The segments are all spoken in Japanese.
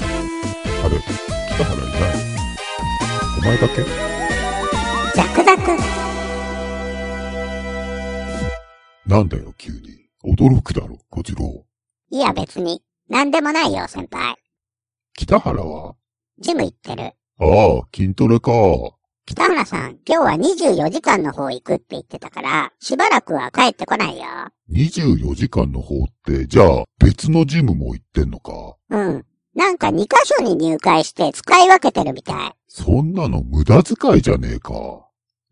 あれ北原いないお前だけザクザクなんだよ急に驚くだろ小次郎いや別に、なんでもないよ先輩。北原はジム行ってる。ああ筋トレか北原さん、今日は24時間の方行くって言ってたから、しばらくは帰ってこないよ。 24時間の方ってじゃあ別のジムも行ってんのかうん。なんか2箇所に入会して使い分けてるみたい。そんなの無駄遣いじゃねえか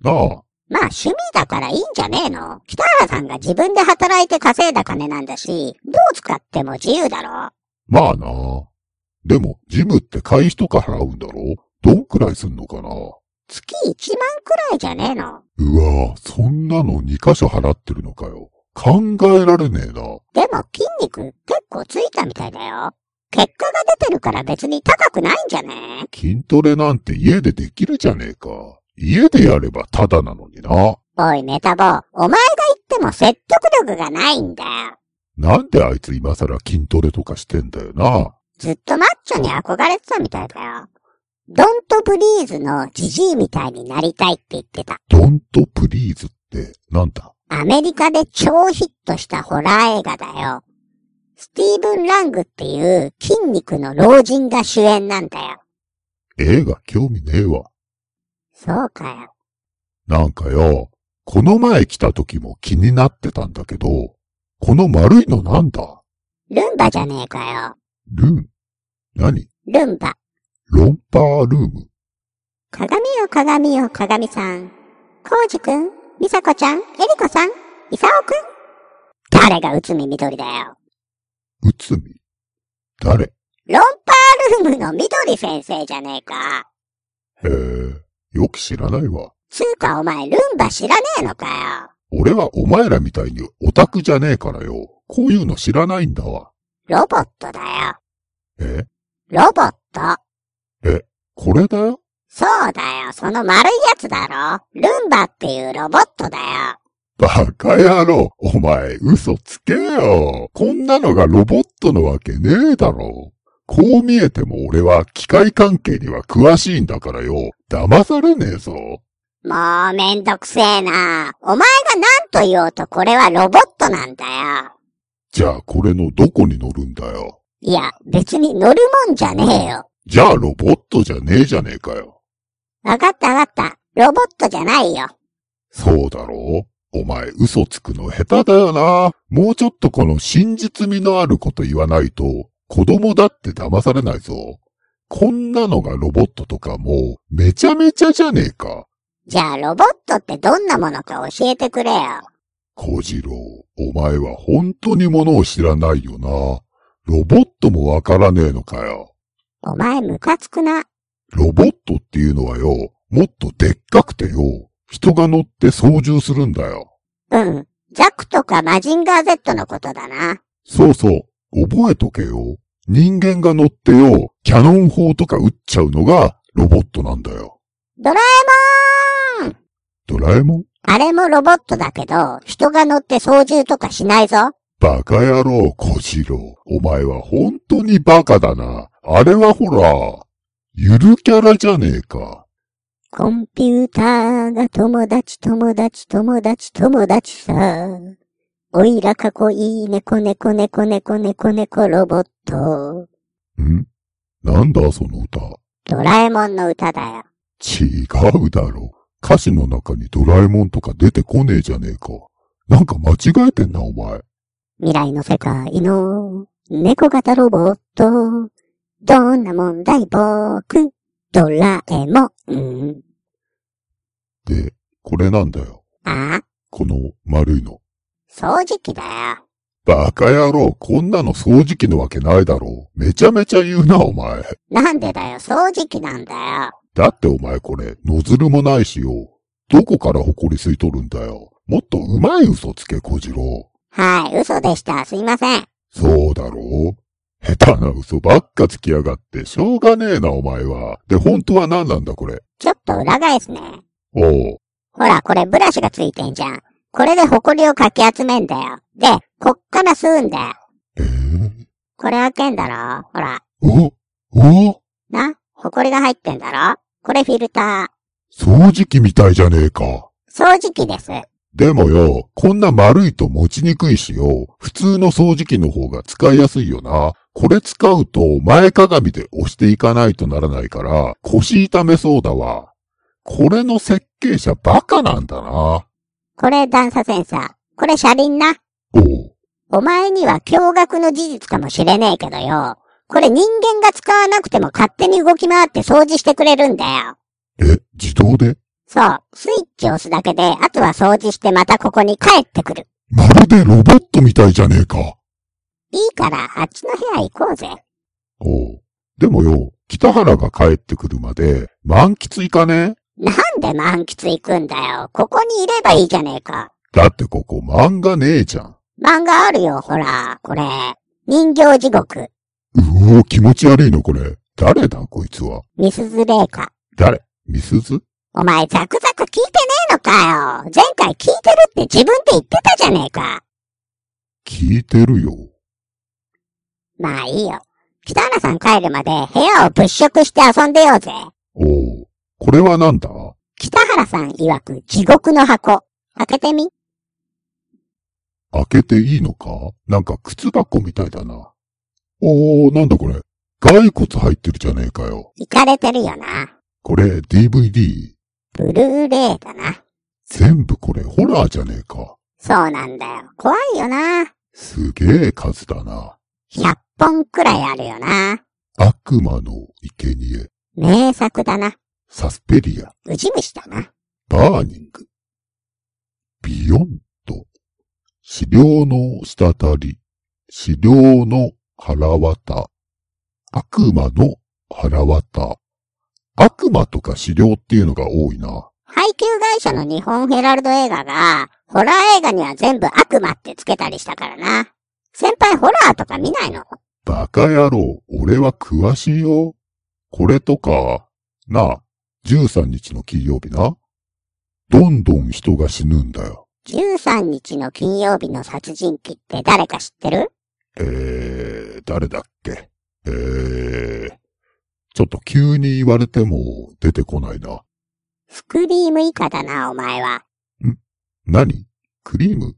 なあまあ趣味だからいいんじゃねえの北原さんが自分で働いて稼いだ金なんだし、どう使っても自由だろまあなでもジムって会費とか払うんだろどんくらいすんのかな月1万くらいじゃねえのうわぁ、そんなの2箇所払ってるのかよ。考えられねえな。でも筋肉結構ついたみたいだよ。結果が出てるから別に高くないんじゃね筋トレなんて家でできるじゃねえか。家でやればタダなのにな。おいメタボ、お前が言っても説得力がないんだよ。なんであいつ今更筋トレとかしてんだよな。ずっとマッチョに憧れてたみたいだよ。ドントブリーズのジジイみたいになりたいって言ってた。ドントプリーズってなんだアメリカで超ヒットしたホラー映画だよ。スティーブン・ラングっていう筋肉の老人が主演なんだよ。映画興味ねえわ。そうかよ。なんかよ、この前来た時も気になってたんだけど、この丸いのなんだルンバじゃねえかルン。何よ。ルンバ。ロンパールーム鏡よ鏡よ鏡さん。コウジくん、ミサコちゃん、エリコさん、イサオくん。誰が内海緑だよ。うつみ誰ロンパールームの緑先生じゃねえか。へえ、よく知らないわ。つうかお前ルンバ知らねえのかよ。俺はお前らみたいにオタクじゃねえからよ。こういうの知らないんだわ。ロボットだよ。えロボット。これだよそうだよ、その丸いやつだろ。ルンバっていうロボットだよ。バカ野郎。お前、嘘つけよ。こんなのがロボットのわけねえだろ。こう見えても俺は機械関係には詳しいんだからよ。騙されねえぞ。もうめんどくせえな。お前が何と言おうとこれはロボットなんだよ。じゃあこれのどこに乗るんだよ。いや、別に乗るもんじゃねえよ。じゃあロボットじゃねえじゃねえかよ。わかったわかった。ロボットじゃないよ。そうだろうお前嘘つくの下手だよな。もうちょっとこの真実味のあること言わないと、子供だって騙されないぞ。こんなのがロボットとかもうめちゃめちゃじゃねえか。じゃあロボットってどんなものか教えてくれよ。小次郎、お前は本当にものを知らないよな。ロボットもわからねえのかよ。お前ムカつくな。ロボットっていうのはよ、もっとでっかくてよ、人が乗って操縦するんだよ。うん。ザクとかマジンガー Z のことだな。そうそう、覚えとけよ。人間が乗ってよ、キャノン砲とか撃っちゃうのがロボットなんだよ。ドラえもーんドラえもんあれもロボットだけど、人が乗って操縦とかしないぞ。バカ野郎、小次郎。お前は本当にバカだな。あれはほら、ゆるキャラじゃねえか。コンピューターが友達友達友達友達さ。おいらかこいい猫猫猫猫猫猫ロボット。んなんだその歌。ドラえもんの歌だよ。違うだろ。歌詞の中にドラえもんとか出てこねえじゃねえか。なんか間違えてんな、お前。未来の世界の猫型ロボット。どんな問題僕、ドラえもん。で、これなんだよ。あ、この丸いの。掃除機だよ。バカ野郎、こんなの掃除機のわけないだろう。めちゃめちゃ言うな、お前。なんでだよ、掃除機なんだよ。だってお前これ、ノズルもないしよ。どこから埃吸い取るんだよ。もっとうまい嘘つけ、小次郎。はい、嘘でした。すいません。そうだろう下手な嘘ばっかつきやがって、しょうがねえな、お前は。で、本当は何なんだ、これ。ちょっと裏返すね。おう。ほら、これブラシがついてんじゃん。これでホコリをかき集めんだよ。で、こっから吸うんだよ。ええこれ開けんだろほら。おおおな、ホコリが入ってんだろこれフィルタ掃除機みたいじゃねえか。ー。掃除機です。でもよ、こんな丸いと持ちにくいしよ、普通の掃除機の方が使いやすいよな。これ使うと前かがみで押していかないとならないから、腰痛めそうだわ。これの設計者バカなんだな。これ段差センサー。これ車輪な。おう、お前には驚愕の事実かもしれねえけどよ。これ人間が使わなくても勝手に動き回って掃除してくれるんだよ。え、自動でそう。スイッチを押すだけで、あとは掃除してまたここに帰ってくる。まるでロボットみたいじゃねえか。いいから、あっちの部屋行こうぜ。おう。でもよ、北原が帰ってくるまで満喫いかねなんで満喫行くんだよ。ここにいればいいじゃねえか。だってここ漫画ねえじゃん。漫画あるよ、ほら、これ。人形地獄。うおー気持ち悪いのこれ。誰だこいつは。ミスズレイカ。誰ミスズお前、ザクザク聞いてねえのかよ。前回聞いてるって自分で言ってたじゃねえか。聞いてるよ。まあいいよ。北原さん帰るまで部屋を物色して遊んでようぜ。おお、これはなんだ北原さん曰く地獄の箱。開けてみ。開けていいのかなんか靴箱みたいだな。おお、なんだこれ。骸骨入ってるじゃねえかよ。行かれてるよな。これ DVD。ブルーレイだな。全部これホラーじゃねえか。そうなんだよ。怖いよな。すげえ数だな。 100本くらいあるよな。悪魔の生贄。名作だな。サスペリア。ウジ虫だな。バーニング。ビヨンと。死霊の滴り。死霊の腹渡。悪魔の腹渡。悪魔とか死霊っていうのが多いな。配給会社の日本ヘラルド映画が、ホラー映画には全部悪魔ってつけたりしたからな。先輩ホラーとか見ないのバカ野郎、俺は詳しいよ。これとか、なあ、13日の金曜日な。どんどん人が死ぬんだよ。 ?13 日の金曜日の殺人鬼って誰か知ってるえー、誰だっけえー、ちょっと急に言われても出てこないな。スクリーム以下だな、お前は。何クリーム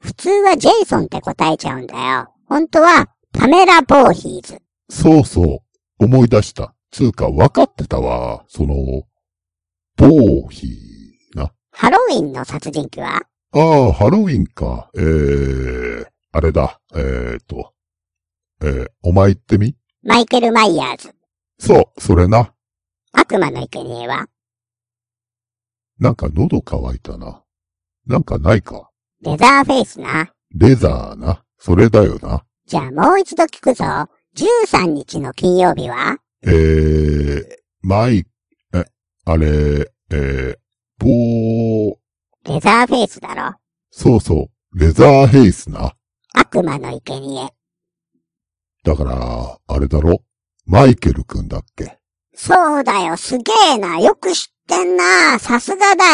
普通はジェイソンって答えちゃうんだよ。本当は、パメラ・ボーヒーズ。そうそう、思い出した。つうか分かってたわ。その、ボーヒーな。ハロウィンの殺人鬼はああ、ハロウィンか。えー、あれだ。えーと。えー、お前言ってみマイケル・マイヤーズ。そう、それな。悪魔の生贄はなんか喉乾いたな。なんかないか。レザーフェイスな。レザーな。それだよな。じゃあもう一度聞くぞ。13日の金曜日はえー、マイ、え、あれ、えー、ボー、レザーフェイスだろ。そうそう、レザーヘイスな。悪魔の生贄。だから、あれだろマイケルくんだっけそうだよ、すげえな。よく知ってんな。さすがだ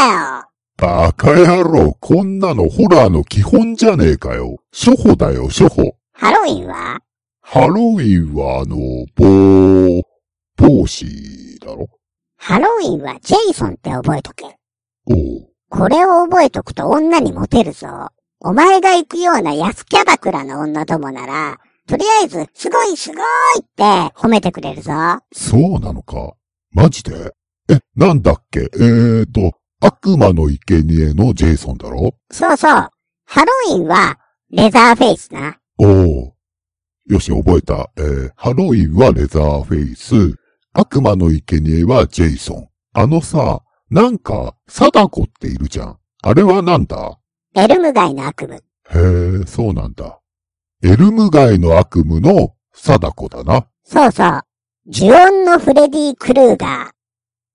よ。バカ野郎、こんなのホラーの基本じゃねえかよ。初歩だよ、初歩。ハロウィンはハロウィンはあの、ボー、ボーシーだろハロウィンはジェイソンって覚えとけ。おう。これを覚えとくと女にモテるぞ。お前が行くような安キャバクラの女どもなら、とりあえず、すごいすごいって褒めてくれるぞ。そうなのか。マジでえ、なんだっけえーと、悪魔の生贄のジェイソンだろそうそう。ハロウィンは、レザーフェイスな。おお。よし、覚えた。えー、ハロウィンはレザーフェイス、悪魔の生贄はジェイソン。あのさ、なんか、貞子っているじゃん。あれはなんだエルム街の悪夢。へえ、そうなんだ。エルム街の悪夢の貞子だな。そうそう。ジュオンのフレディ・クルーガ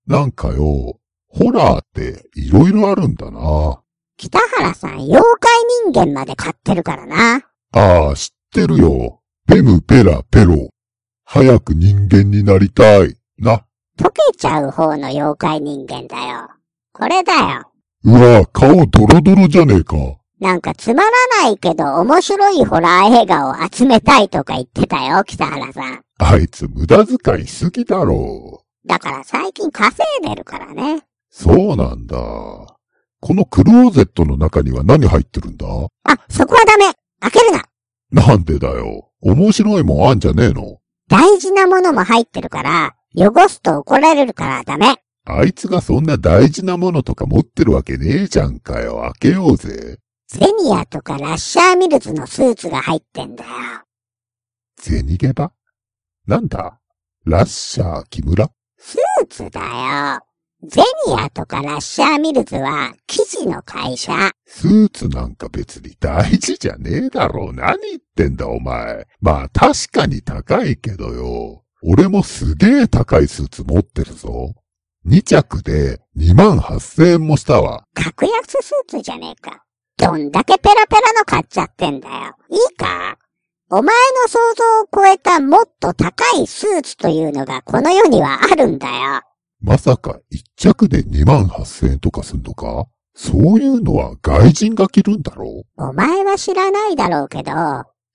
ー。なんかよ、ホラーっていろいろあるんだな。北原さん、妖怪人間まで買ってるからな。ああ、知ってるよ。ペムペラペロ。早く人間になりたい。な。溶けちゃう方の妖怪人間だよ。これだよ。うわ、顔ドロドロじゃねえか。なんかつまらないけど面白いホラー映画を集めたいとか言ってたよ、北原さん。あいつ無駄遣いしすぎだろう。だから最近稼いでるからね。そうなんだ。このクローゼットの中には何入ってるんだあ、そこはダメ開けるななんでだよ。面白いもんあんじゃねえの大事なものも入ってるから、汚すと怒られるからダメあいつがそんな大事なものとか持ってるわけねえじゃんかよ。開けようぜ。ゼニアとかラッシャーミルズのスーツが入ってんだよ。銭ゲバなんだラッシャー木村スーツだよ。ゼニアとかラッシャーミルズは生地の会社。スーツなんか別に大事じゃねえだろう。何言ってんだお前。まあ確かに高いけどよ。俺もすげえ高いスーツ持ってるぞ。2着で2万8000円もしたわ。格安スーツじゃねえか。どんだけペラペラの買っちゃってんだよ。いいかお前の想像を超えたもっと高いスーツというのがこの世にはあるんだよ。まさか1着で2万8000円とかすんのかそういうのは外人が着るんだろお前は知らないだろうけど、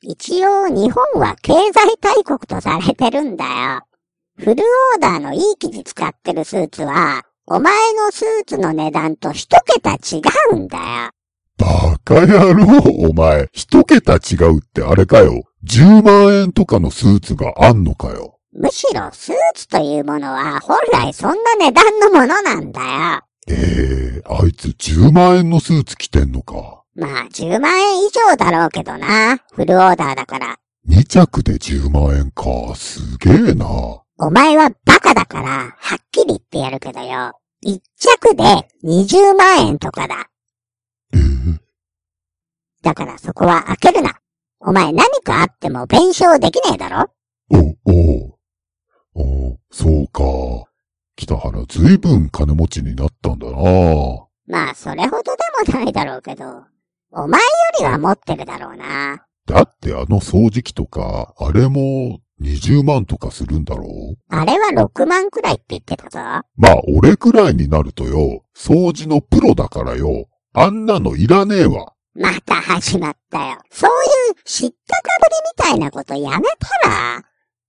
一応日本は経済大国とされてるんだよ。フルオーダーのいい生地使ってるスーツは、お前のスーツの値段と一桁違うんだよ。バカ野郎、お前。一桁違うってあれかよ。10万円とかのスーツがあんのかよ。むしろスーツというものは本来そんな値段のものなんだよ。ええあいつ10万円のスーツ着てんのか。まあ10万円以上だろうけどな。フルオーダーだから。 2着で10万円か。すげえな。お前はバカだから、はっきり言ってやるけどよ。1着で20万円とかだ。えーだからそこは開けるな。お前何かあっても弁償できねえだろお、おう、おう、そうか。北原ずいぶん金持ちになったんだな。まあそれほどでもないだろうけど、お前よりは持ってるだろうな。だってあの掃除機とか、あれも20万とかするんだろうあれは6万くらいって言ってたぞ。まあ俺くらいになるとよ、掃除のプロだからよ、あんなのいらねえわ。また始まったよ。そういう知ったかぶりみたいなことやめたら、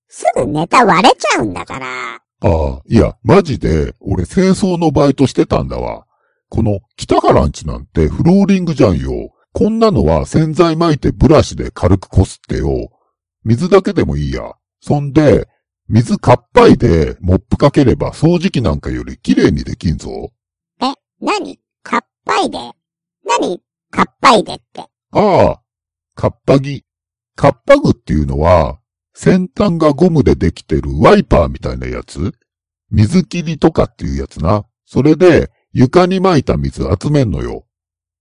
すぐネタ割れちゃうんだから。ああ、いや、マジで、俺清掃のバイトしてたんだわ。この北原んちなんてフローリングじゃんよ。こんなのは洗剤巻いてブラシで軽くこすってよ。水だけでもいいや。そんで、水かっぱいでモップかければ掃除機なんかより綺麗にできんぞ。何かっぱいで何かっぱいでって。ああ、カッパギ。カッパグっていうのは、先端がゴムでできてるワイパーみたいなやつ水切りとかっていうやつな。それで、床に撒いた水集めんのよ。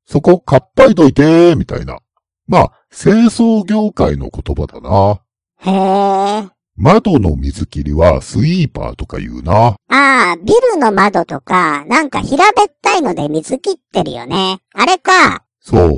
そこ、かっぱいといてー、みたいな。まあ、清掃業界の言葉だな。へえ。窓の水切りはスイーパーとか言うな。ああ、ビルの窓とか、なんか平べったいので水切ってるよね。あれか。そう。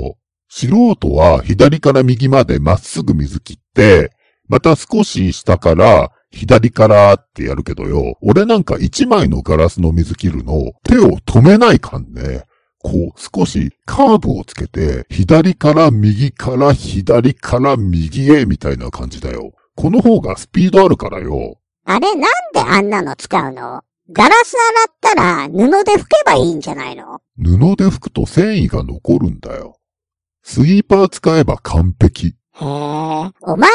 素人は左から右までまっすぐ水切って、また少し下から左からってやるけどよ。俺なんか一枚のガラスの水切るの手を止めないかんね。こう少しカーブをつけて、左から右から左から右へみたいな感じだよ。この方がスピードあるからよ。あれなんであんなの使うのガラス洗ったら布で拭けばいいんじゃないの布で拭くと繊維が残るんだよ。スイーパー使えば完璧。へえ、お前に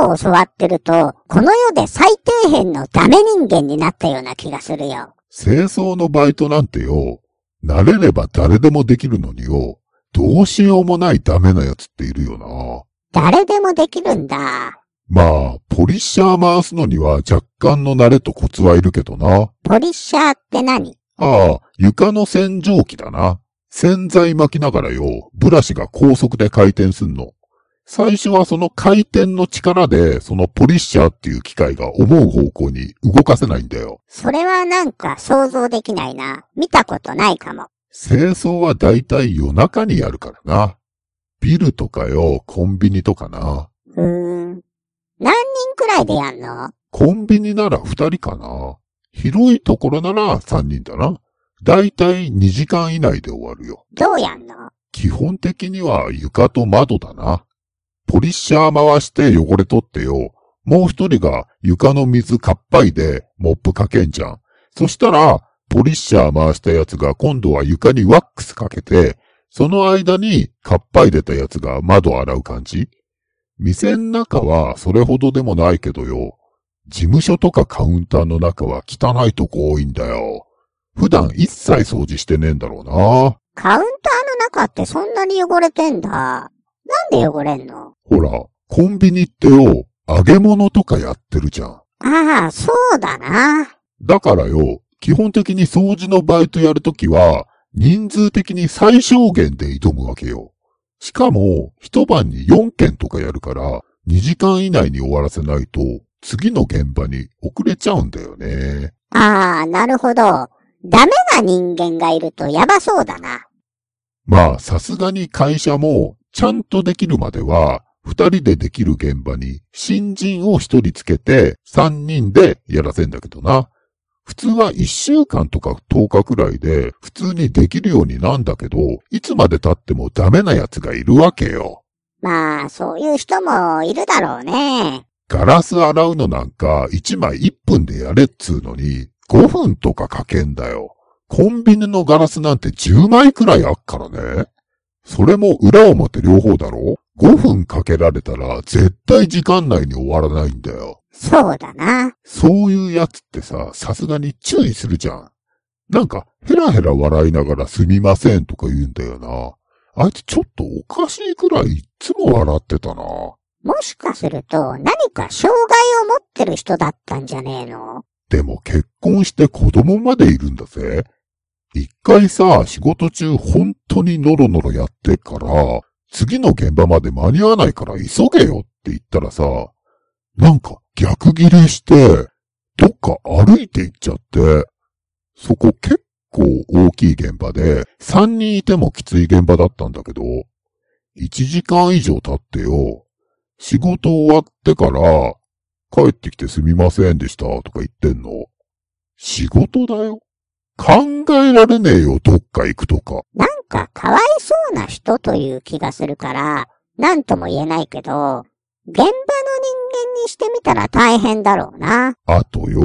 物を教わってると、この世で最底辺のダメ人間になったような気がするよ。清掃のバイトなんてよ、慣れれば誰でもできるのによ、どうしようもないダメなやつっているよな。誰でもできるんだ。まあ、ポリッシャー回すのには若干の慣れとコツはいるけどな。ポリッシャーって何ああ、床の洗浄機だな。洗剤巻きながらよ、ブラシが高速で回転すんの。最初はその回転の力で、そのポリッシャーっていう機械が思う方向に動かせないんだよ。それはなんか想像できないな。見たことないかも。清掃はだいたい夜中にやるからな。ビルとかよ、コンビニとかな。うーん。何人くらいでやんのコンビニなら二人かな。広いところなら三人だな。だいたい2時間以内で終わるよ。どうやんの基本的には床と窓だな。ポリッシャー回して汚れ取ってよ。もう一人が床の水かっぱいでモップかけんじゃん。そしたら、ポリッシャー回したやつが今度は床にワックスかけて、その間にかっぱい出たやつが窓洗う感じ店ん中はそれほどでもないけどよ。事務所とかカウンターの中は汚いとこ多いんだよ。普段一切掃除してねえんだろうな。カウンターの中ってそんなに汚れてんだ。なんで汚れんのほら、コンビニってよ、揚げ物とかやってるじゃん。ああ、そうだな。だからよ、基本的に掃除のバイトやるときは、人数的に最小限で挑むわけよ。しかも、一晩に4件とかやるから、2時間以内に終わらせないと、次の現場に遅れちゃうんだよね。ああ、なるほど。ダメな人間がいるとやばそうだな。まあ、さすがに会社も、ちゃんとできるまでは、二人でできる現場に新人を一人つけて、三人でやらせんだけどな。普通は一週間とか10日くらいで、普通にできるようになんだけど、いつまで経ってもダメなやつがいるわけよ。まあ、そういう人もいるだろうね。ガラス洗うのなんか1枚1分でやれっつうのに、5分とかかけんだよ。コンビニのガラスなんて10枚くらいあっからね。それも裏表両方だろ ?5 分かけられたら絶対時間内に終わらないんだよ。そうだな。そういうやつってさ、さすがに注意するじゃん。なんか、ヘラヘラ笑いながらすみませんとか言うんだよな。あいつちょっとおかしいくらいいっつも笑ってたな。もしかすると何か障害を持ってる人だったんじゃねえのでも結婚して子供までいるんだぜ。一回さ、仕事中本当にノロノロやってっから、次の現場まで間に合わないから急げよって言ったらさ、なんか逆ギレして、どっか歩いて行っちゃって、そこ結構大きい現場で、3人いてもきつい現場だったんだけど、1時間以上経ってよ、仕事終わってから、帰ってきてすみませんでしたとか言ってんの。仕事だよ。考えられねえよ、どっか行くとか。なんかかわいそうな人という気がするから、なんとも言えないけど、現場の人間にしてみたら大変だろうな。あとよ、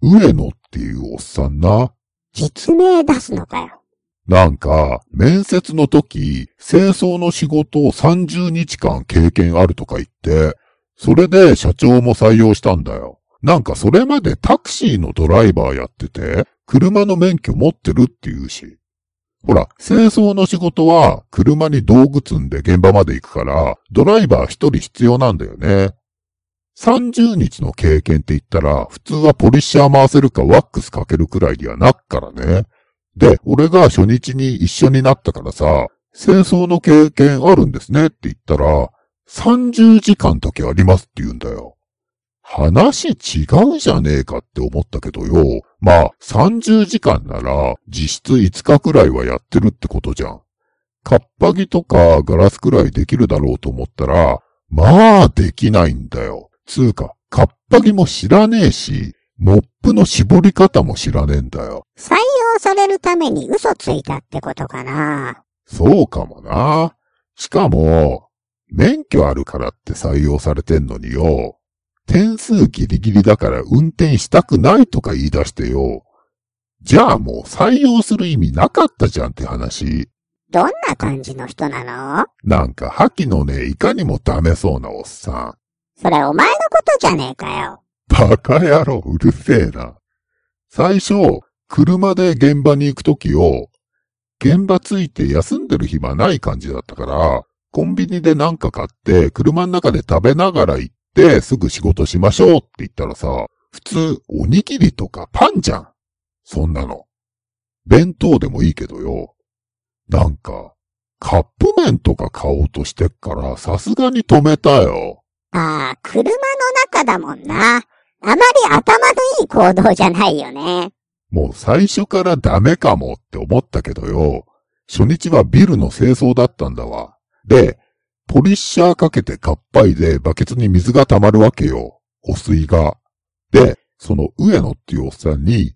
上野っていうおっさんな。実名出すのかよ。なんか、面接の時、清掃の仕事を30日間経験あるとか言って、それで社長も採用したんだよ。なんかそれまでタクシーのドライバーやってて、車の免許持ってるって言うし。ほら、清掃の仕事は車に道具積んで現場まで行くから、ドライバー一人必要なんだよね。30日の経験って言ったら、普通はポリッシャー回せるかワックスかけるくらいにはなっからね。で、俺が初日に一緒になったからさ、清掃の経験あるんですねって言ったら、30時間だけありますって言うんだよ。話違うじゃねえかって思ったけどよ。まあ、30時間なら実質5日くらいはやってるってことじゃん。カッパギとかガラスくらいできるだろうと思ったら、まあ、できないんだよ。つうか、カッパギも知らねえし、モップの絞り方も知らねえんだよ。採用されるために嘘ついたってことかな。そうかもな。しかも、免許あるからって採用されてんのによ。点数ギリギリだから運転したくないとか言い出してよ。じゃあもう採用する意味なかったじゃんって話。どんな感じの人なのなんか覇気のね、いかにもダメそうなおっさそれお前のことじゃねえかよ。ん。バカ野郎、うるせえな。最初、車で現場に行くときを、現場着いて休んでる暇ない感じだったから、コンビニでなんか買って、車の中で食べながら行って、すぐ仕事しましょうって言ったらさ、普通、おにぎりとかパンじゃん。そんなの。弁当でもいいけどよ。なんか、カップ麺とか買おうとしてっから、さすがに止めたよ。ああ、車の中だもんな。あまり頭のいい行動じゃないよね。もう最初からダメかもって思ったけどよ。初日はビルの清掃だったんだわ。で、ポリッシャーかけてかっぱいでバケツに水が溜まるわけよ。汚水が。で、その上野っていうおっさんに、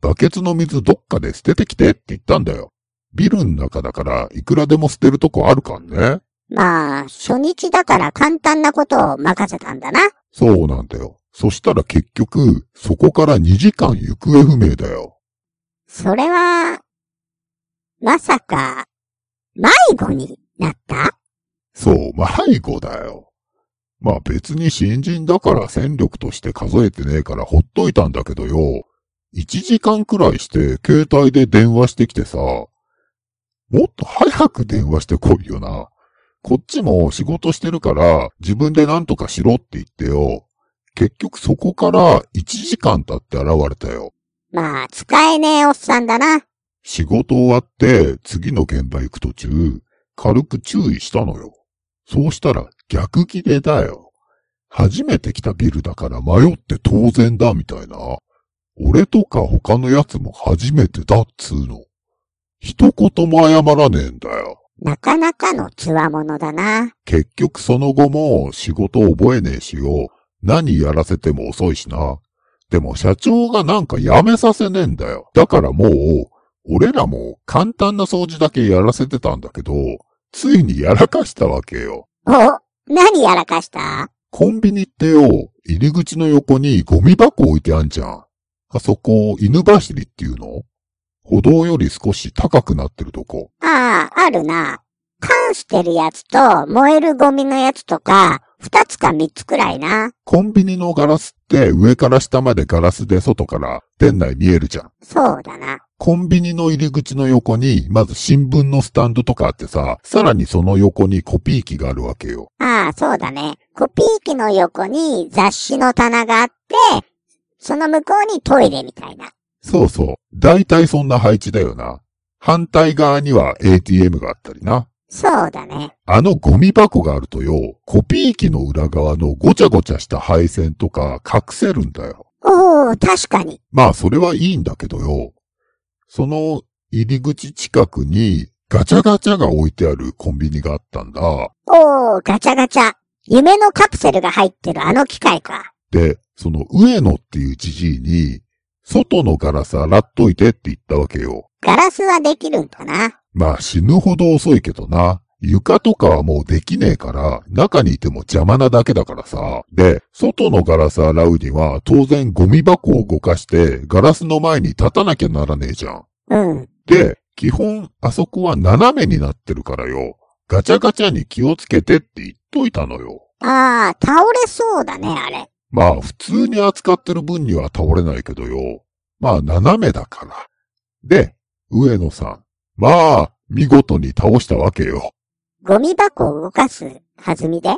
バケツの水どっかで捨ててきてって言ったんだよ。ビルの中だからいくらでも捨てるとこあるかんね。まあ、初日だから簡単なことを任せたんだな。そうなんだよ。そしたら結局、そこから2時間行方不明だよ。それは、まさか、迷子になったそう、迷子だよ。まあ別に新人だから戦力として数えてねえからほっといたんだけどよ。1時間くらいして携帯で電話してきてさ、もっと早く電話してこいよな。こっちも仕事してるから自分で何とかしろって言ってよ。結局そこから1時間経って現れたよ。まあ、使えねえおっさんだな。仕事終わって次の現場行く途中、軽く注意したのよ。そうしたら逆切れだよ。初めて来たビルだから迷って当然だみたいな。俺とか他のやつも初めてだっつうの。一言も謝らねえんだよ。なかなかの強者だな。結局その後も仕事覚えねえしよ。何やらせても遅いしな。でも社長がなんか辞めさせねえんだよ。だからもう、俺らも簡単な掃除だけやらせてたんだけど、ついにやらかしたわけよ。お、何やらかしたコンビニってよ、入り口の横にゴミ箱置いてあんじゃん。あそこ、犬走りっていうの歩道より少し高くなってるとこ。ああ、あるな。缶してるやつと燃えるゴミのやつとか、二つか三つくらいな。コンビニのガラスって上から下までガラスで外から店内見えるじゃん。そうだな。コンビニの入り口の横に、まず新聞のスタンドとかあってさ、さらにその横にコピー機があるわけよ。ああ、そうだね。コピー機の横に雑誌の棚があって、その向こうにトイレみたいな。そうそう。だいたいそんな配置だよな。反対側には ATM があったりな。そうだね。あのゴミ箱があるとよ、コピー機の裏側のごちゃごちゃした配線とか隠せるんだよ。おお、確かに。まあそれはいいんだけどよ。その入り口近くにガチャガチャが置いてあるコンビニがあったんだ。おお、ガチャガチャ。夢のカプセルが入ってるあの機械か。で、その上野っていうじじいに、外のガラス洗っといてって言ったわけよ。ガラスはできるんだな。まあ死ぬほど遅いけどな。床とかはもうできねえから、中にいても邪魔なだけだからさ。で、外のガラス洗うには、当然ゴミ箱を動かして、ガラスの前に立たなきゃならねえじゃん。うん。で、基本、あそこは斜めになってるからよ。ガチャガチャに気をつけてって言っといたのよ。ああ、倒れそうだね、あれ。まあ、普通に扱ってる分には倒れないけどよ。まあ、斜めだから。で、上野さん。まあ、見事に倒したわけよ。ゴミ箱を動かす弾みで。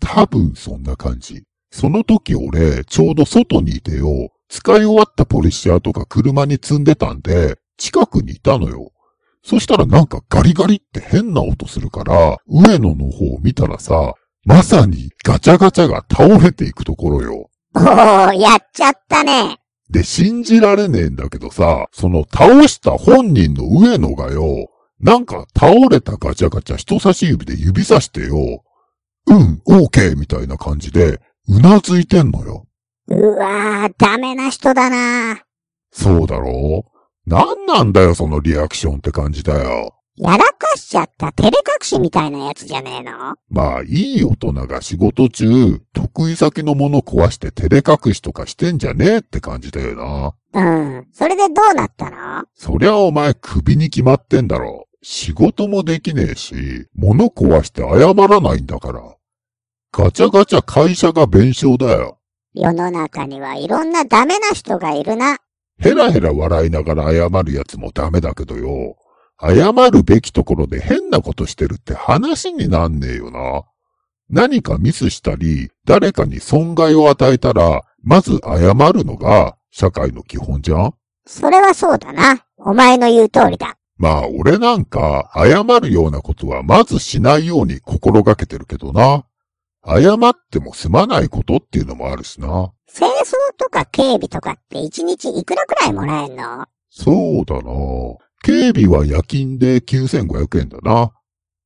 多分そんな感じ。その時俺、ちょうど外にいてよ、使い終わったポリシャーとか車に積んでたんで、近くにいたのよ。そしたらなんかガリガリって変な音するから、上野の方を見たらさ、まさにガチャガチャが倒れていくところよ。おお、やっちゃったね。で、信じられねえんだけどさ、その倒した本人の上野がよ、なんか倒れたガチャガチャ人差し指で指さしてよ、うん、オーケーみたいな感じで、うなずいてんのよ。うわー、ダメな人だな。そうだろうなんなんだよ、そのリアクションって感じだよ。やらかしちゃった照れ隠しみたいなやつじゃねえのまあ、いい大人が仕事中、得意先のもの壊して照れ隠しとかしてんじゃねえって感じだよな。うん。それでどうなったのそりゃお前クビに決まってんだろ。仕事もできねえし、物壊して謝らないんだから。ガチャガチャ会社が弁償だよ。世の中にはいろんなダメな人がいるな。ヘラヘラ笑いながら謝るやつもダメだけどよ。謝るべきところで変なことしてるって話になんねえよな。何かミスしたり、誰かに損害を与えたら、まず謝るのが社会の基本じゃんそれはそうだな。お前の言う通りだ。まあ、俺なんか、謝るようなことはまずしないように心がけてるけどな。謝っても済まないことっていうのもあるしな。清掃とか警備とかって一日いくらくらいもらえんのそうだな。警備は夜勤で9500円だな。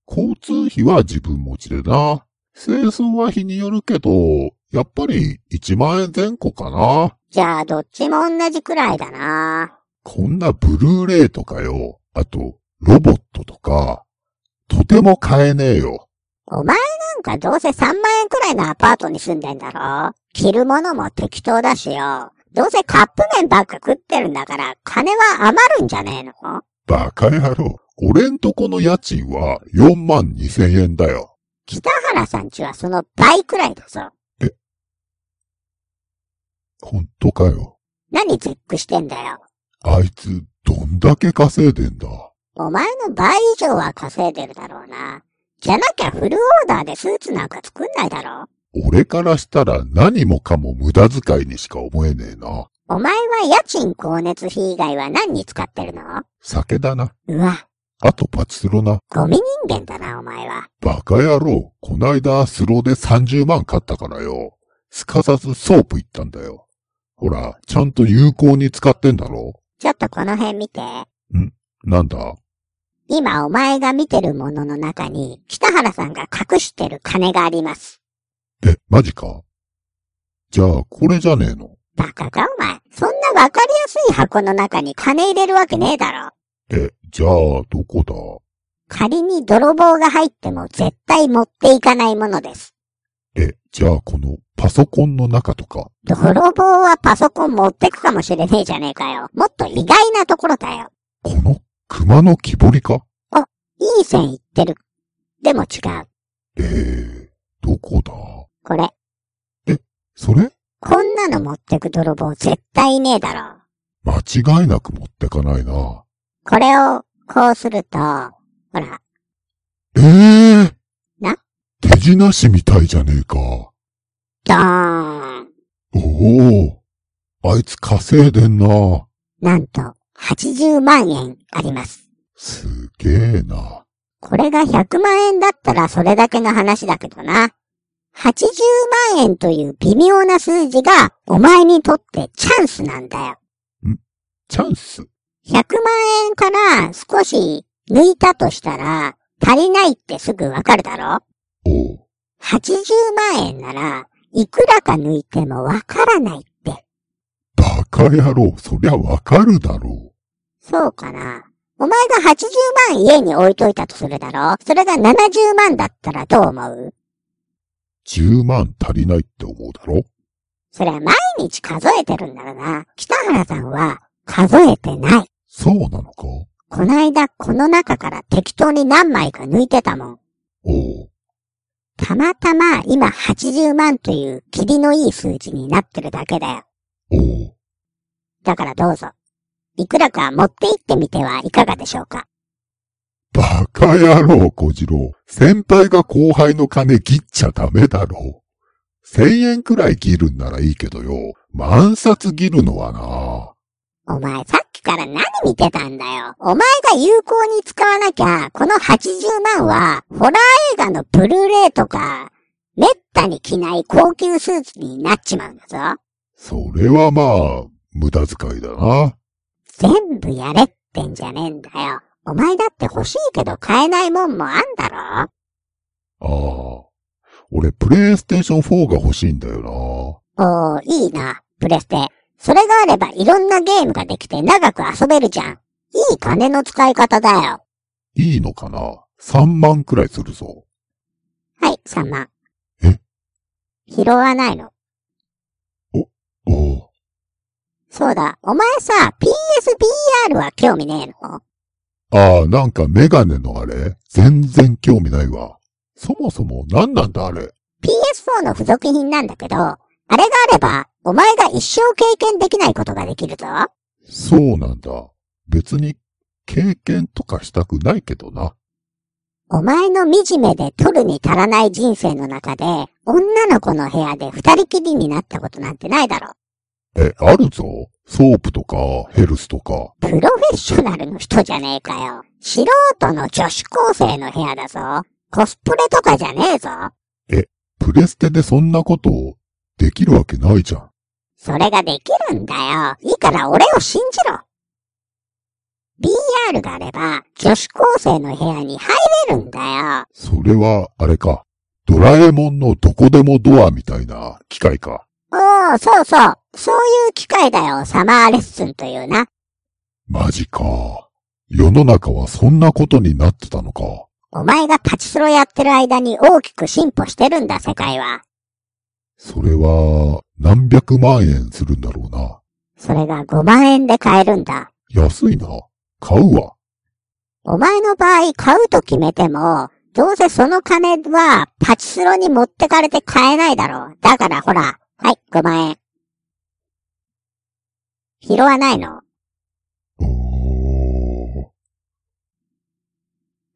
交通費は自分持ちでな。清掃は日によるけど、やっぱり1万円前後かな。じゃあ、どっちも同じくらいだな。こんなブルーレイとかよ。あと、ロボットとか、とても買えねえよ。お前なんかどうせ3万円くらいのアパートに住んでんだろ着るものも適当だしよ。どうせカップ麺ばっか食ってるんだから、金は余るんじゃねえのバカ野郎。俺んとこの家賃は4万2千円だよ。北原さんちはその倍くらいだぞ。ほんとかよ。何絶句してんだよ。あいつ、どんだけ稼いでんだ。お前の倍以上は稼いでるだろうな。じゃなきゃフルオーダーでスーツなんか作んないだろ。俺からしたら何もかも無駄遣いにしか思えねえな。お前は家賃光熱費以外は何に使ってるの酒だな。うわ、あとパチスロな。ゴミ人間だな、お前は。バカ野郎。こないだスローで30万買ったからよ。すかさずソープ行ったんだよ。ほら、ちゃんと有効に使ってんだろちょっとこの辺見て。なんだ今お前が見てるものの中に、北原さんが隠してる金があります。え、マジかじゃあ、これじゃねえのバカかお前。そんなわかりやすい箱の中に金入れるわけねえだろ。え、じゃあ、どこだ仮に泥棒が入っても絶対持っていかないものです。え、じゃあこのパソコンの中とか、泥棒はパソコン持ってくかもしれねえじゃねえかよ。もっと意外なところだよ。この熊の木彫りかいい線いってる。でも違う。ええどこだこれ、それこんなの持ってく泥棒絶対いねえだろ。間違いなく持ってかないな。これを、こうすると、ほら、ええな手品師みたいじゃねえか。おドーン。おあいつ稼いでんな。なんと、80万円あります。すげえな。これが100万円だったらそれだけの話だけどな。80万円という微妙な数字がお前にとってチャンスなんだよ。チャンス100万円から少し抜いたとしたら足りないってすぐわかるだろおう ?80 万円ならいくらか抜いてもわからないって。バカ野郎、そりゃわかるだろそうかな。お前が80万家に置いといたとするだろそれが70万だったらどう思うう。10万足りないって思うだろそれは毎日数えてるんだろうな。北原さんは数えてない。そうなのかこないだこの中から適当に何枚か抜いてたもん。おう。たまたま今80万という切りのいい数字になってるだけだおよ。う。だからどうぞ。いくらか持って行ってみてはいかがでしょうか。バカ野郎、小次郎。先輩が後輩の金切っちゃダメだろ。千円くらい切るんならいいけどよ。万札切るのはな。お前さっきから何見てたんだよ。お前が有効に使わなきゃ、この80万は、ホラー映画のブルーレイとか、めったに着ない高級スーツになっちまうんだぞ。それはまあ、無駄遣いだな。全部やれってんじゃねえんだよ。お前だって欲しいけど買えないもんもあんだろああ。俺、プレイステーション4が欲しいんだよおー、いいな、プレステ。それがあればいろんなゲームができて長く遊べるじゃん。いい金の使い方だよ。な。いいのかな ?3 万くらいするぞ。はい、3万。え拾わないの。おう。そうだ、お前さ、PSPR は興味ねえのああ、なんかメガネのあれ全然興味ないわ。そもそも何なんだあれ ?PS4 の付属品なんだけど、あれがあれば、お前が一生経験できないことができるぞ。そうなんだ。別に経験とかしたくないけどな。お前の惨めで取るに足らない人生の中で、女の子の部屋で二人きりになったことなんてないだろ。え、あるぞ。ソープとかヘルスとか。プロフェッショナルの人じゃねえかよ。素人の女子高生の部屋だぞ。コスプレとかじゃねえぞ。プレステでそんなことできるわけないじゃん。それができるんだよ。いいから俺を信じろ。BR があれば、女子高生の部屋に入れるんだよ。それは、あれか。ドラえもんのどこでもドアみたいな機械か。おー、そうそう。そういう機会だよ。サマーレッスンというな。マジか。世の中はそんなことになってたのか。お前がパチスロやってる間に大きく進歩してるんだ、世界は。それは、何百万円するんだろうな。それが5万円で買えるんだ。安いな。買うわ。お前の場合買うと決めても、どうせその金はパチスロに持ってかれて買えないだろう。だからほら、はい、5万円。拾わないのおー。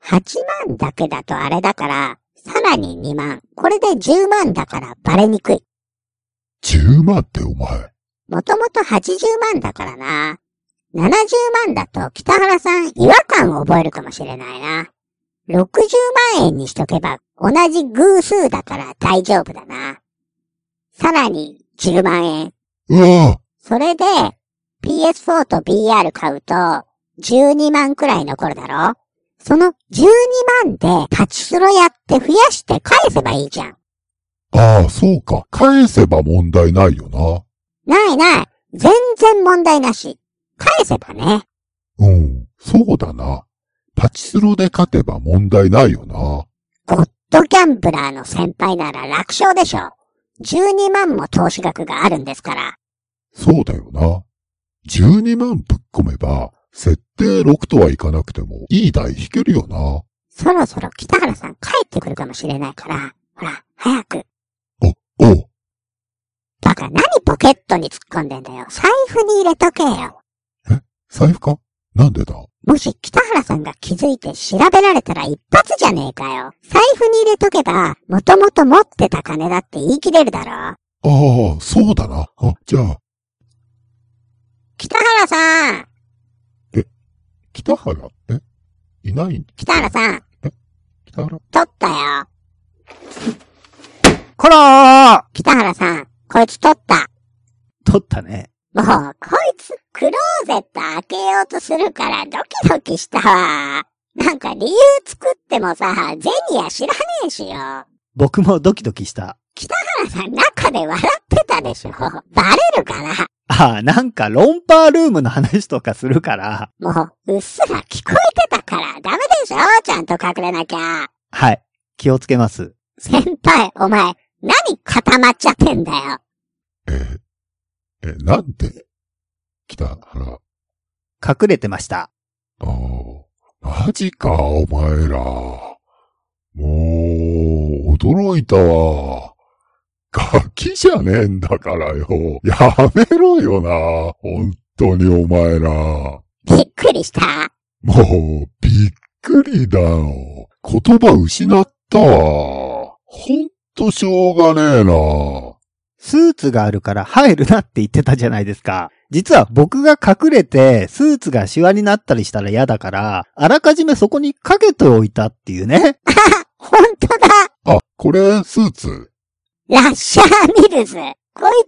8万だけだとあれだから、さらに2万。これで10万だからバレにくい。 10万ってお前。もともと80万だからな。70万だと北原さん違和感を覚えるかもしれないな。60万円にしとけば同じ偶数だから大丈夫だな。さらに10万円。うわそれで PS4 と BR 買うと12万くらい残るだろその12万でパチスロやって増やして返せばいいじゃん。ーああ、そうか。返せば問題ないよな。ないない。全然問題なし。返せばね。うん、そうだな。パチスロで勝てば問題ないよな。ゴッドギャンブラーの先輩なら楽勝でしょ。12万も投資額があるんですから。そうだよな。12万ぶっ込めば、設定6とはいかなくても、いい台引けるよな。そろそろ北原さん帰ってくるかもしれないから、ほら、早く。おう、バカ、何ポケットに突っ込んでんだよ。財布に入れとけよ。財布かなんでだもし北原さんが気づいて調べられたら一発じゃねえかよ。財布に入れとけば、もともと持ってた金だって言い切れるだろ。ああ、そうだな。あ、じゃあ、北原さん北原っていないん北原さん北原取ったよ。こら北原さん、こいつ取った。ー取ったね。もう、こいつ、クローゼット開けようとするからドキドキしたわ。なんか理由作ってもさ、ゼニア知らねえしよ。あ僕もドキドキした。らさ、中で笑ってたでしょ。バレるから。ああ、なんかロンパールームの話とかするから。もう、うっすら聞こえてたから、ダメでしょちゃんと隠れなきゃ。はい。気をつけます。先輩、お前、何固まっちゃってんだよ。えーえーなんで北原。あ隠れてました。あ、マジか、お前ら。もう、驚いたわ。ガキじゃねえんだからよ。やめろよな。本当にお前ら。びっくりした。もう、びっくりだよ。言葉失ったわ。ほんとしょうがねえな。スーツがあるから入るなって言ってたじゃないですか。実は僕が隠れて、スーツがシワになったりしたら嫌だから、あらかじめそこにかけておいたっていうね。ほんとだ。あ、これ、スーツ。ラッシャーミルズ。こい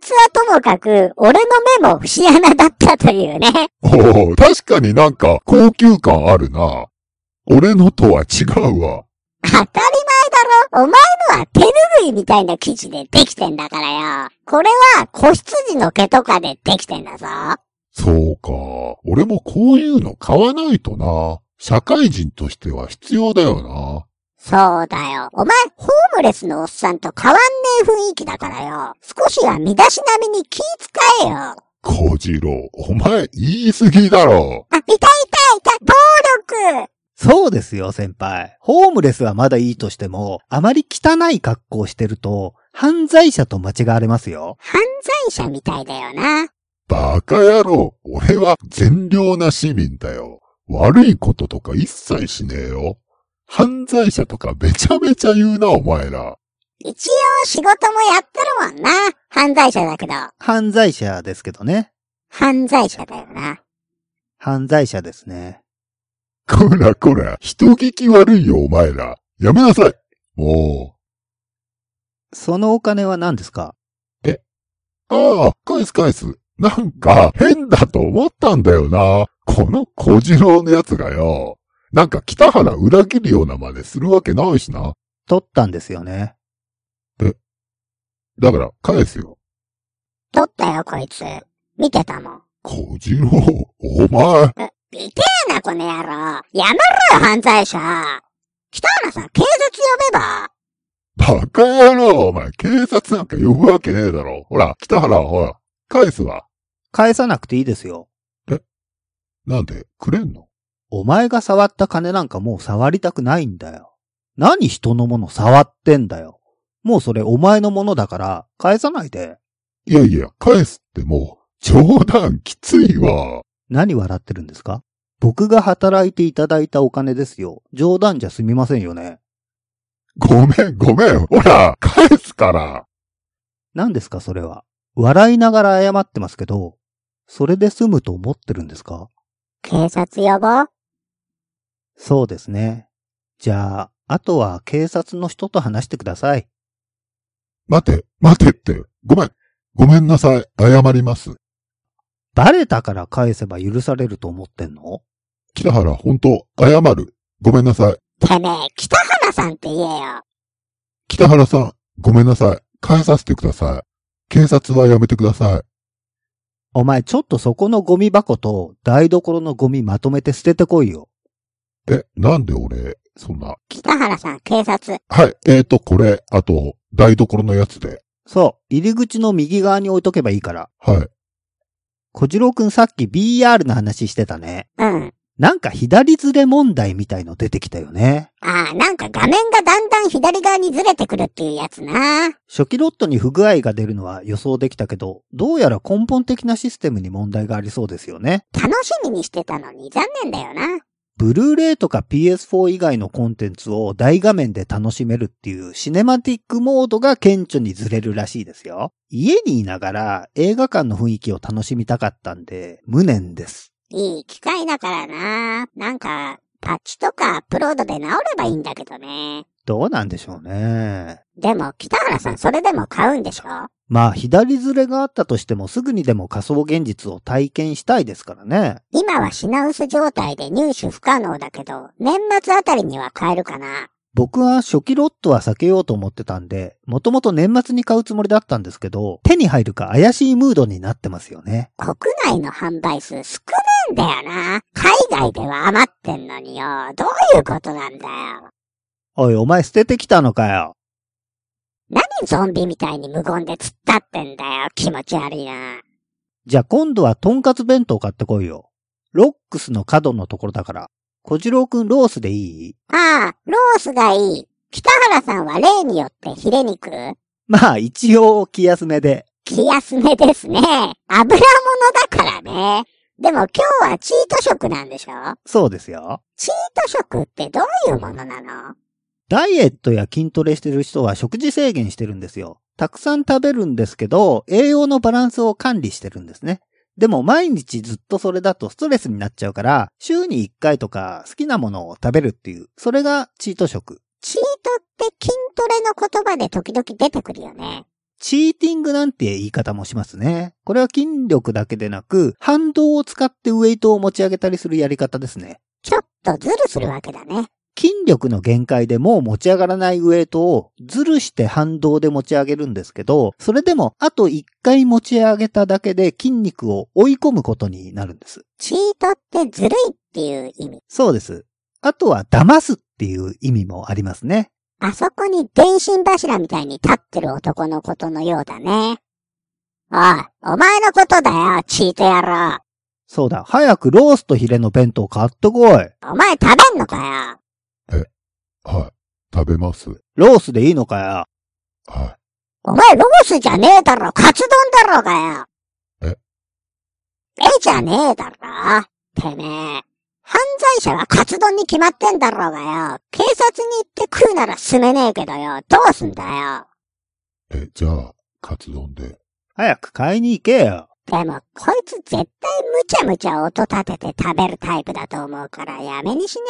つはともかく、俺の目も節穴だったというね。おお、確かになんか高級感あるな。俺のとは違うわ。当たり前だろお前のは手ぬぐいみたいな生地でできてんだからよ。これは子羊の毛とかでできてんだぞ。そうか。俺もこういうの買わないとな。社会人としては必要だよな。そうだよ。お前、ホームレスのおっさんと変わんねえ雰囲気だからよ。少しは身だしなみに気遣えよ。あ、小次郎、お前言い過ぎだろ。痛い痛い痛い暴力そうですよ、先輩。ホームレスはまだいいとしても、あまり汚い格好をしてると、犯罪者と間違われますよ。犯罪者みたいだよな。バカ野郎、俺は善良な市民だよ。悪いこととか一切しねえよ。犯罪者とかめちゃめちゃ言うな、お前ら。一応仕事もやってるもんな。犯罪者だけど。犯罪者ですけどね。犯罪者だよな。犯罪者ですね。こらこら、人聞き悪いよ、お前ら。やめなさい。もそのお金は何ですかう。ああ、返す返す。なんか、変だと思ったんだよな。この小次郎のやつがよ。なんか北原裏切るような真似するわけないしな。取ったんですよね。だから、返すよ。取ったよ、こいつ。見てたもん。小次郎、お前。いてえな、この野郎。やめろよ、犯罪者。北原さん、警察呼べばバカ野郎、お前、警察なんか呼ぶわけねえだろ。ほら、北原、ほら、返すわ。返さなくていいですよ。なんで、くれんのお前が触った金なんかもう触りたくないんだよ。何人のもの触ってんだよ。もうそれお前のものだから、返さないで。いやいや、返すってもう、冗談きついわ。何笑ってるんですか僕が働いていただいたお金ですよ。冗談じゃ済みませんよね。ごめん、ごめん。ほら、返すから。何ですかそれは。笑いながら謝ってますけど、それで済むと思ってるんですか警察呼ぼう。そうですね。じゃあ、あとは警察の人と話してください。待て、待てって。ごめん。ごめんなさい。謝ります。バレたから返せば許されると思ってんの北原、本当謝る。ごめんなさい。てめえ、北原さんって言えよ。北原さん、ごめんなさい。返させてください。警察はやめてください。お前ちょっとそこのゴミ箱と台所のゴミまとめて捨ててこいよ。え、なんで俺、そんな。北原さん、警察。はい、えーと、これ、あと、台所のやつで。そう、入り口の右側に置いとけばいいから。はい。小次郎くんさっき BR の話してたね。うん。なんか左ずれ問題みたいの出てきたよね。ああ、なんか画面がだんだん左側にずれてくるっていうやつな。初期ロットに不具合が出るのは予想できたけど、どうやら根本的なシステムに問題がありそうですよね。楽しみにしてたのに残念だよな。ブルーレイとか PS4 以外のコンテンツを大画面で楽しめるっていうシネマティックモードが顕著にずれるらしいですよ。家にいながら映画館の雰囲気を楽しみたかったんで、無念です。いい機会だからな。なんか、パッチとかアップロードで直ればいいんだけどね。どうなんでしょうね。でも、北原さん、それでも買うんでしょまあ、左ずれがあったとしてもすぐにでも仮想現実を体験したいですからね。今は品薄状態で入手不可能だけど、年末あたりには買えるかな。僕は初期ロットは避けようと思ってたんで、もともと年末に買うつもりだったんですけど、手に入るか怪しいムードになってますよね。国内の販売数少ねえんだよな。海外では余ってんのによ。どういうことなんだよ。おい、お前捨ててきたのかよ。何ゾンビみたいに無言で突っ立ってんだよ。気持ち悪いな。じゃあ今度はトンカツ弁当買ってこいよ。ロックスの角のところだから。小次郎くんロースでいいああ、ロースがいい。北原さんは例によってヒレ肉まあ一応気休めで。気休めですね。油物だからね。でも今日はチート食なんでしょそうですよ。チート食ってどういうものなのダイエットや筋トレしてる人は食事制限してるんですよ。たくさん食べるんですけど、栄養のバランスを管理してるんですね。でも毎日ずっとそれだとストレスになっちゃうから、週に1回とか好きなものを食べるっていう、それがチート食。チートって筋トレの言葉で時々出てくるよね。チーティングなんて言い方もしますね。これは筋力だけでなく、反動を使ってウェイトを持ち上げたりするやり方ですね。ちょっとズルするわけだね。筋力の限界でもう持ち上がらないウェイトをずるして反動で持ち上げるんですけど、それでもあと1回持ち上げただけで筋肉を追い込むことになるんです。チートってずるいっていう意味。そうです。あとは騙すっていう意味もありますね。あそこに電信柱みたいに立ってる男のことのようだね。おい、お前のことだよ、チート野郎。そうだ、早くロースとヒレの弁当買ってこい。お前食べんのかよ。はい。食べます。ロースでいいのかよ。はお前ロースじゃねえだろ、カツ丼だろうがよ。ええじゃねえだろ。てめえ。犯罪者はカツ丼に決まってんだろうがよ。警察に行って食うならすめねえけどよ。どうすんだよ。い。え、じゃあ、カツ丼で。早く買いに行けよ。でも、こいつ絶対むちゃむちゃ音立てて食べるタイプだと思うからやめにしね。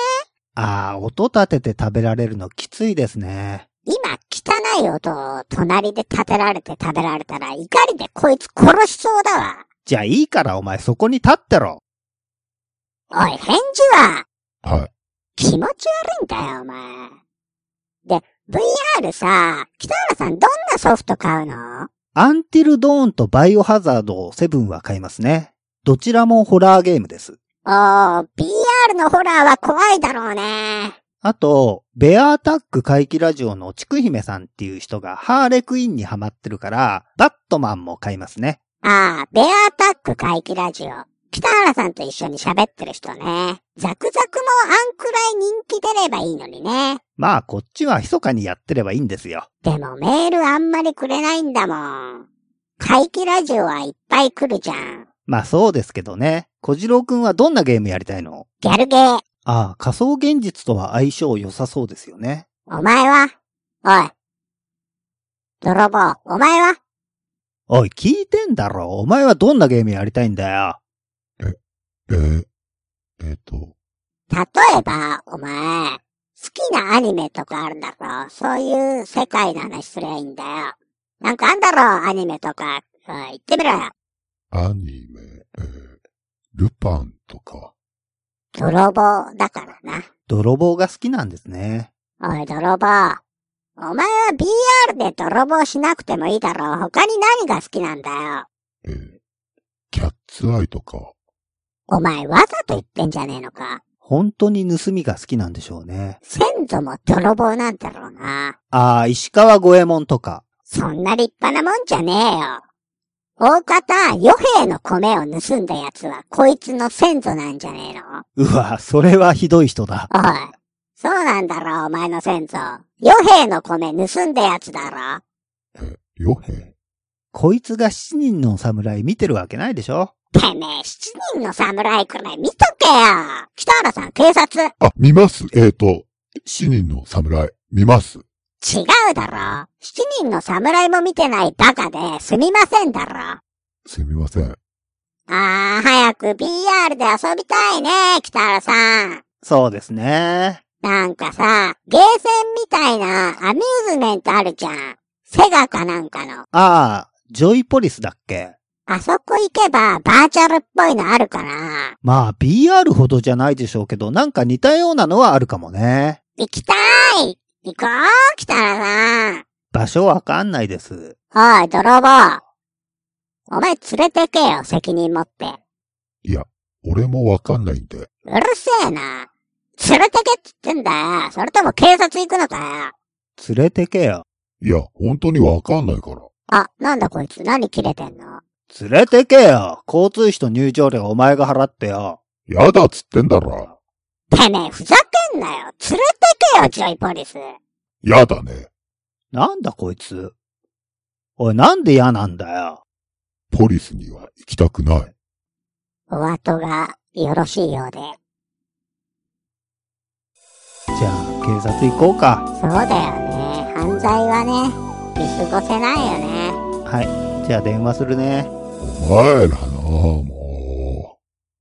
あー、音立てて食べられるのきついですね。今、汚い音を隣で立てられて食べられたら怒りでこいつ殺しそうだわ。じゃあいいからお前そこに立ってろ。おい、返事ははい。気持ち悪いんだよ、お前。で、VR さ、北原さんどんなソフト買うのアンティルドーンとバイオハザード7は買いますね。どちらもホラーゲームです。おー、PR のホラーは怖いだろうね。あと、ベアアタック怪奇ラジオのちくひめさんっていう人がハーレクインにハマってるから、バットマンも買いますね。ああ、ベアアタック怪奇ラジオ。北原さんと一緒に喋ってる人ね。ザクザクもあんくらい人気出ればいいのにね。まあ、こっちは密かにやってればいいんですよ。でもメールあんまりくれないんだもん。怪奇ラジオはいっぱい来るじゃん。まあそうですけどね。小次郎くんはどんなゲームやりたいのギャルゲー。ああ、仮想現実とは相性良さそうですよね。お前はおい。泥棒、お前はおい、聞いてんだろ。お前はどんなゲームやりたいんだよ。えー、えっ、と、例えば、お前、好きなアニメとかあるんだろそういう世界の話すりゃいいんだよ。なんかあんだろアニメとか。おい、言ってみろよ。アニメ、えー、ルパンとか、泥棒だからな。泥棒が好きなんですね。おい、泥棒。お前は BR で泥棒しなくてもいいだろう。他に何が好きなんだよ。えー、キャッツアイとか、お前わざと言ってんじゃねえのか。本当に盗みが好きなんでしょうね。先祖も泥棒なんだろうな。ああ、石川五右衛門とか。そんな立派なもんじゃねえよ。大方、与兵の米を盗んだ奴はこいつの先祖なんじゃねえのうわ、それはひどい人だ。おい。そうなんだろ、お前の先祖。与兵の米盗んだ奴だろ。ヨヘ、こいつが七人の侍見てるわけないでしょてめえ、七人の侍くらい見とけよ北原さん、警察あ、見ます。えっ、と、死人の侍、見ます。違うだろ七人の侍も見てないバカですみませんだろあすみません。ー、早く BR で遊びたいね、北原さん。そうですね。なんかさ、ゲーセンみたいなアミューズメントあるじゃん。セガかなんかの。ああ、ジョイポリスだっけあそこ行けばバーチャルっぽいのあるかなまあ、BR ほどじゃないでしょうけど、なんか似たようなのはあるかもね。行きたい行こう、北原場所わかんないです。さん。おい、泥棒。お前連れてけよ、責任持って。いや、俺もわかんないんで、うるせえな。連れてけって言ってんだよ。それとも警察行くのかよ。連れてけよ。いや、本当にわかんないから。あ、なんだこいつ、何切れてんの連れてけよ。交通費と入場料お前が払ってよ。やだっつってんだろ。てめえ、ふざけんなよ。連れてけよ、ジョイポリス。やだね。なんだこいつ。おい、なんで嫌なんだよ。ポリスには行きたくない。お後がよろしいようで。じゃあ、警察行こうか。そうだよね。犯罪はね、見過ごせないよね。じゃあ、電話するね。お前らなあもう。